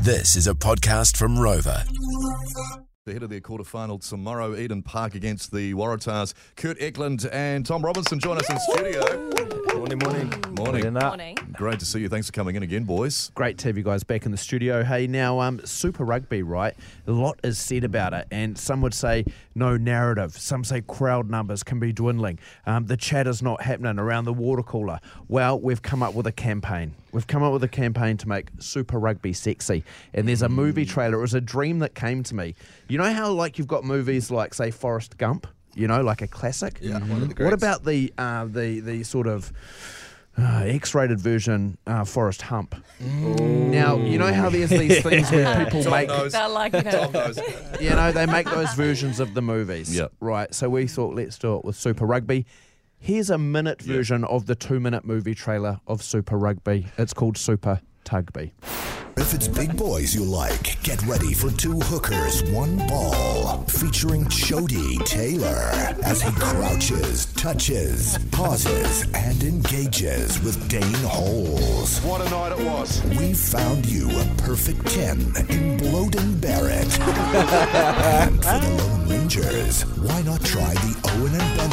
This is a podcast from Rover. Ahead of their quarterfinal tomorrow, Eden Park against the Waratahs. Kurt Eklund and Tom Robinson join us in studio. Morning, morning. Morning. Morning. Great to see you. Thanks for coming in again, boys. Great to have you guys back in the studio. Hey, now, um, Super Rugby, right? A lot is said about it, and some would say no narrative. Some say crowd numbers can be dwindling. Um, the chat is not happening around the water cooler. Well, we've come up with a campaign. We've come up with a campaign to make Super Rugby sexy, and there's a movie trailer. It was a dream that came to me. You know how, like, you've got movies like, say, Forrest Gump, you know, like a classic? Yeah, What about the, uh, the, the sort of. Uh, X-rated version, uh, Forest Hump. Now you know how there's these things where people make, They're like it. you know, they make those versions of the movies, Yep. right? So we thought, let's do it with Super Rugby. Here's a minute version of the two-minute movie trailer of Super Rugby. It's called Super Tugby. If it's big boys you like, get ready for two hookers, one ball, featuring Chody Taylor as he crouches, touches, pauses, and engages with Dane Holes. What a night it was. We found you a perfect 10 in Bloden Barrett. and for the Lone Rangers, why not try the Owen and Ben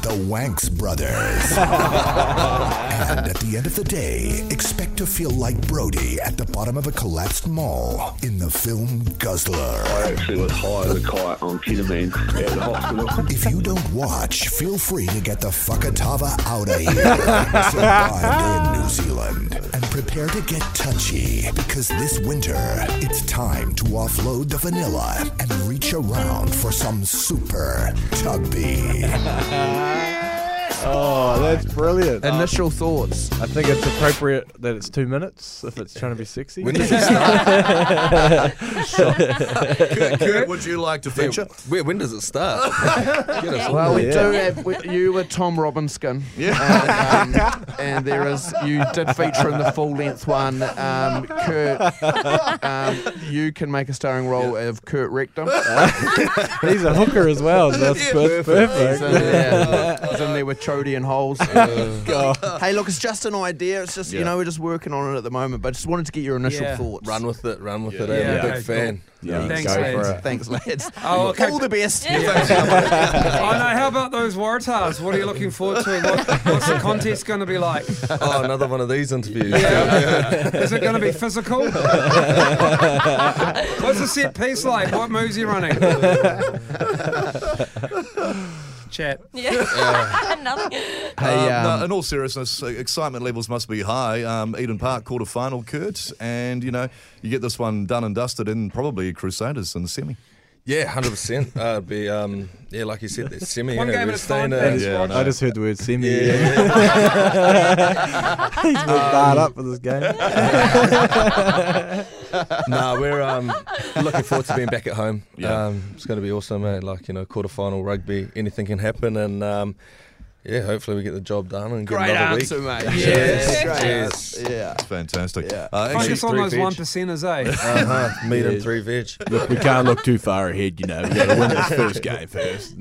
film, The Wanks Brothers? And at the end of the day, expect to feel like Brody at the bottom of a collapsed mall in the film Guzzler. I actually was high as a kite on ketamine at the hospital. If you don't watch, feel free to get the fuckatava out of here. Survived in New Zealand. And prepare to get touchy because this winter, it's time to offload the vanilla and reach around for some super tubby. Oh, that's brilliant. Initial thoughts. I think it's appropriate that it's two minutes if it's trying to be sexy. When does it start? Kurt, Kurt, would you like to feature? Where, when does it start? Get us Well, we Yeah. do have we, you were Tom Robinskin, yeah, and, um, and there is you did feature in the full-length one. Um, Kurt, um, you can make a starring role of Kurt Rectum. He's a hooker as well. so That's per- It's perfect. in there. It's in there with Chody and Holes. hey, look, it's just an idea. It's just, Yeah. you know, we're just working on it at the moment, but I just wanted to get your initial Yeah. thoughts. Run with it, run with it. Yeah. eh? I'm a Okay, big fan. Yeah, Thanks, go lads. for it. Thanks, lads. Oh, okay. All the best. Oh, no, how about those Waratahs? What are you looking forward to? What, what's the contest going to be like? Oh, another one of these interviews. Is it going to be physical? what's the set piece like? What moves are you running? Chat. Yeah. Nothing. Hey, Um, no, um, in all seriousness, uh, excitement levels must be high. Um, Eden Park quarterfinal, Kurt, and you know you get this one done and dusted in probably Crusaders in the semi. Yeah, hundred percent. Uh, it'd be um, yeah, like you said, that semi. One eh? game We're at a staying time. in- And Yeah, I know. I just heard the word semi. yeah, yeah. He's been barred up for this game. no, we're um, looking forward to being back at home. Um, it's going to be awesome, eh? Like you know, quarterfinal rugby, anything can happen, and um, yeah, hopefully we get the job done and get great another answer, week. mate. Cheers. Great Cheers. answer. Yeah. It's fantastic. Yeah. Uh, actually, Focus on three those veg. one percenters, eh? Uh-huh, meat Yeah. and three veg. Look, we can't look too far ahead, you know. We've got to win this first game first.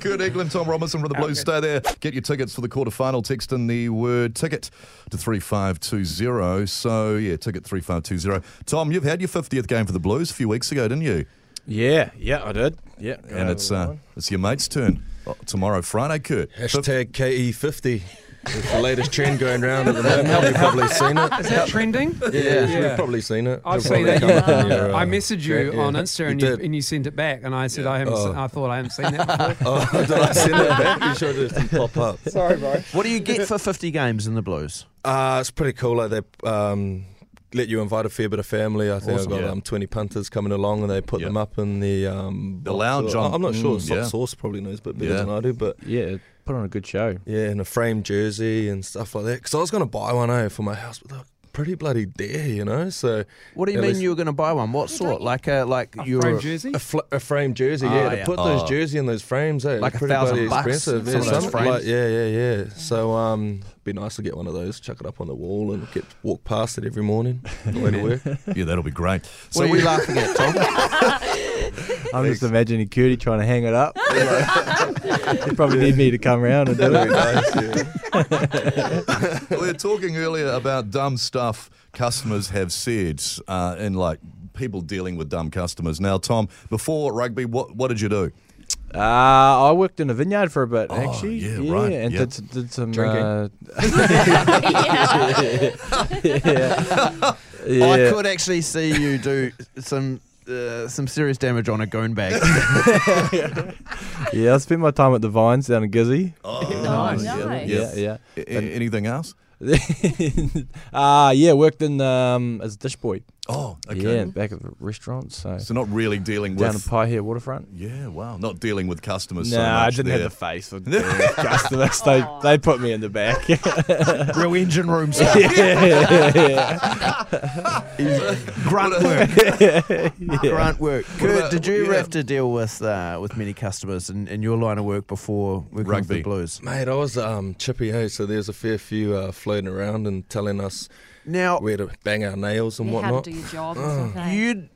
Kurt Eglin, Tom Robinson from the Blues. Stay there. Get your tickets for the quarterfinal. Text in the word ticket to 3520. So, yeah, ticket 3520. Tom, you've had your 50th game for the Blues a few weeks ago, didn't you? Yeah, yeah, I did. Yeah. And it's uh, it's your mate's turn Oh, tomorrow, Friday, Kurt. Hashtag KE50. It's the latest trend going around at the moment. You've probably seen it. Is that trending? Yeah, you've probably seen it. I've You've seen probably that. come up in your, uh, I messaged you yeah, on Insta and you you, did. and you sent it back, and I said I haven't. se- Oh. I thought I haven't seen that before. Oh, did I send it back? You sure it didn't pop up. What do you get for 50 games in the Blues? Uh, it's pretty cool. Like they um, let you invite a fair bit of family. I think Awesome. I've got Yeah. um, 20 punters coming along and they put Yeah. them up in the, um, The box lounge or- on- I'm not sure. Mm, Soft yeah. Sauce probably knows a bit better Yeah. than I do, but Yeah, put on a good show. yeah, and a framed jersey and stuff like that. Because I was going to buy one eh, for my house, but they're pretty bloody dear, you know? So What do you At mean least- you were going to buy one? What sort? Like a like A your framed jersey. A, fl- a frame jersey, yeah. Oh, to yeah. put Oh. those jersey in those frames, eh? Like a pretty bloody thousand bucks, expensive. some of yeah, those something frames. Mm. Like, yeah, yeah, yeah. So, um, be nice to get one of those, chuck it up on the wall, and get walk past it every morning on the way to work. Yeah, that'll be great. What are you laughing at, Tom? I'm just imagining Curdy trying to hang it up. you probably need me to come round and do it. we were talking earlier about dumb stuff customers have said uh, and like people dealing with dumb customers. Now, Tom, before rugby, what, what did you do? Uh, I worked in a vineyard for a bit, actually. yeah, right, And yeah. did, s- did some Drinking. Uh, yeah. I yeah. could actually see you do some uh, some serious damage on a goon bag. yeah, I spent my time at the Vines down in Gizzy. Oh, nice. Yeah, yeah. A- a- anything else? uh, yeah, worked in um, as a dish boy. Oh, Yeah, okay. back at the restaurant. So, So not really dealing down with. at Pie Here Waterfront. yeah, wow. Not dealing with customers. No, so I much didn't there. have the face for doing it, customers. they they put me in the back. yeah, Real engine room stuff. yeah, yeah. Grunt work. Grunt work. Kurt, about- did you ever yeah. have to deal with uh, with many customers in, in your line of work before working with Rugby. the Blues? Mate, I was um, chippy, hey, so there's a fair few uh, floating around and telling us Now, where to bang our nails and Yeah, how whatnot. to do your job and stuff. eh? you,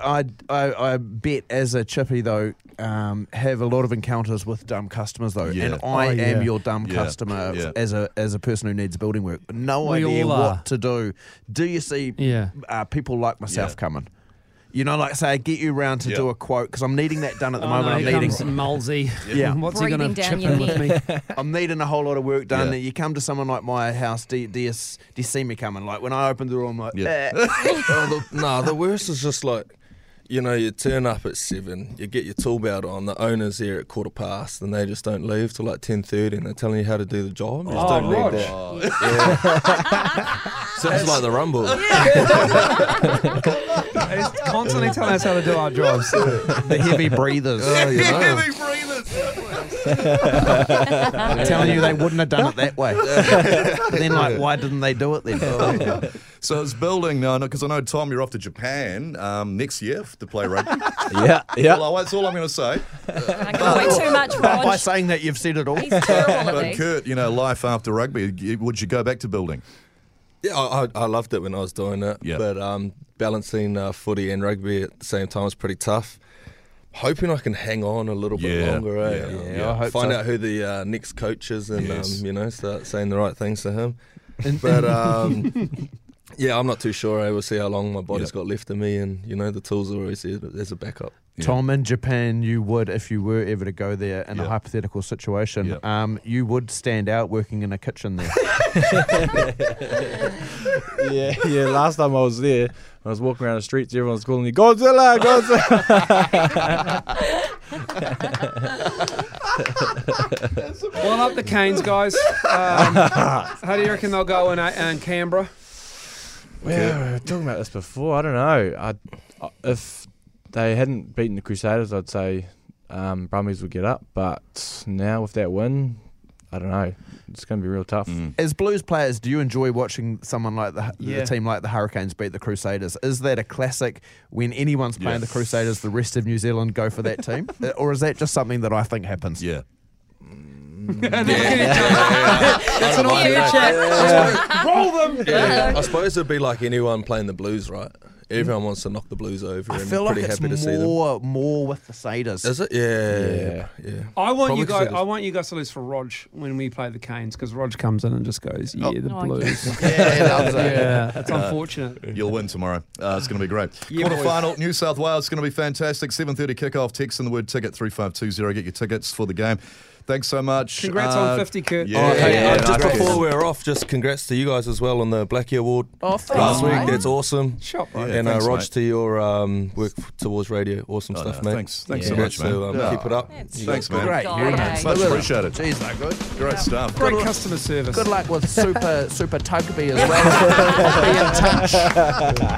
I, I, I bet as a chippy though, um, have a lot of encounters with dumb customers though, Yeah. and I Oh, yeah. am your dumb Yeah. customer Yeah. as a as a person who needs building work. No We idea all are. what to do. Do you see Yeah. uh, people like myself Yeah. coming? You know, like say, I get you round to Yeah. do a quote because I'm needing that done at the Oh, moment. no, I'm here needing comes Mulsey. Yeah. What's he Breathing going to down chip your in with me? I'm needing a whole lot of work done. Yeah. And you come to someone like my house, do you, do you, s- do you see me coming? Like when I open the door, I'm like, Yeah. "Eh." oh, the, nah, the worst is just like, you know, you turn up at seven, you get your tool belt on, the owner's here at quarter past, and they just don't leave till like ten thirty, and they're telling you how to do the job. You just Oh, don't need Rog. that. Sounds like the rumble. He's constantly telling us how to do our jobs. the heavy breathers. Oh, Heavy breathers. I'm telling you, they wouldn't have done it that way. But then, like, why didn't they do it then? So it's building now, because I know Tom, you're off to Japan um, next year f- to play rugby. yeah, yeah. well, that's all I'm going to say. I can't wait too much, By Rog. saying that, you've said it all. He's terrible at But uh, these. Kurt, you know, life after rugby, y- would you go back to building? Yeah, I, I- I loved it when I was doing it. Yeah. But um, balancing uh, footy and rugby at the same time was pretty tough. Hoping I can hang on a little bit Yeah, longer. eh? yeah, Um, yeah. I hope Find so. out who the uh, next coach is and Yes. um, you know start saying the right things to him. but um, yeah, I'm not too sure. I will see how long my body's Yeah. got left in me, and you know the tools are always there as a backup. Tom, in Japan, you would, if you were ever to go there in Yeah. a hypothetical situation, Yeah. um, you would stand out working in a kitchen there. Yeah, yeah. Last time I was there, I was walking around the streets, everyone was calling me Godzilla, Godzilla. Well, up the Canes, guys. Um, how do you reckon they'll go in, uh, in Canberra? well, we were talking about this before. I don't know. I, if they hadn't beaten the Crusaders, I'd say um, Brumbies would get up. But now with that win, I don't know. It's going to be real tough. As Blues players, do you enjoy watching someone like the, Yeah. the team like the Hurricanes beat the Crusaders? Is that a classic when anyone's playing the Crusaders, the rest of New Zealand go for that team? Uh, or is that just something that I think happens? Yeah. That's an Yeah, off-air no, chat. Roll them! Yeah. I suppose it'd be like anyone playing the blues, right? Everyone wants to knock the blues over, I and feel I'm like pretty it's happy to see them. more, more with the Satyrs. Is it? Yeah, yeah. yeah. I want Probably you guys. Crusaders. I want you guys to lose for Rog when we play the Canes because Rog comes in and just goes, "Yeah, the Oh, I Blues." Yeah, yeah, that's unfortunate. You'll win tomorrow. Uh, it's going to be great. Yeah, Quarter final, New South Wales. It's going to be fantastic. 7.30 kickoff. Text in the word ticket 3520. Get your tickets for the game. Thanks so much. Congrats Uh, on 50, Kurt. Oh, Yeah. Hey, yeah, uh, yeah, just no, before we're off, just congrats to you guys as well on the Blackie Award Oh, last week. That's awesome. Shot, Yeah, right? and uh, thanks, Rog mate. to your um, work f- towards radio. Awesome Oh, stuff, no, mate. thanks. Thanks so much, man. So, um, Yeah. Keep it up. That's You Thanks, good man. Great, guy, very eh? Much appreciated. Jeez, no good. Great stuff. Great customer service. Good luck with Super Super Tugby as well. Be in touch.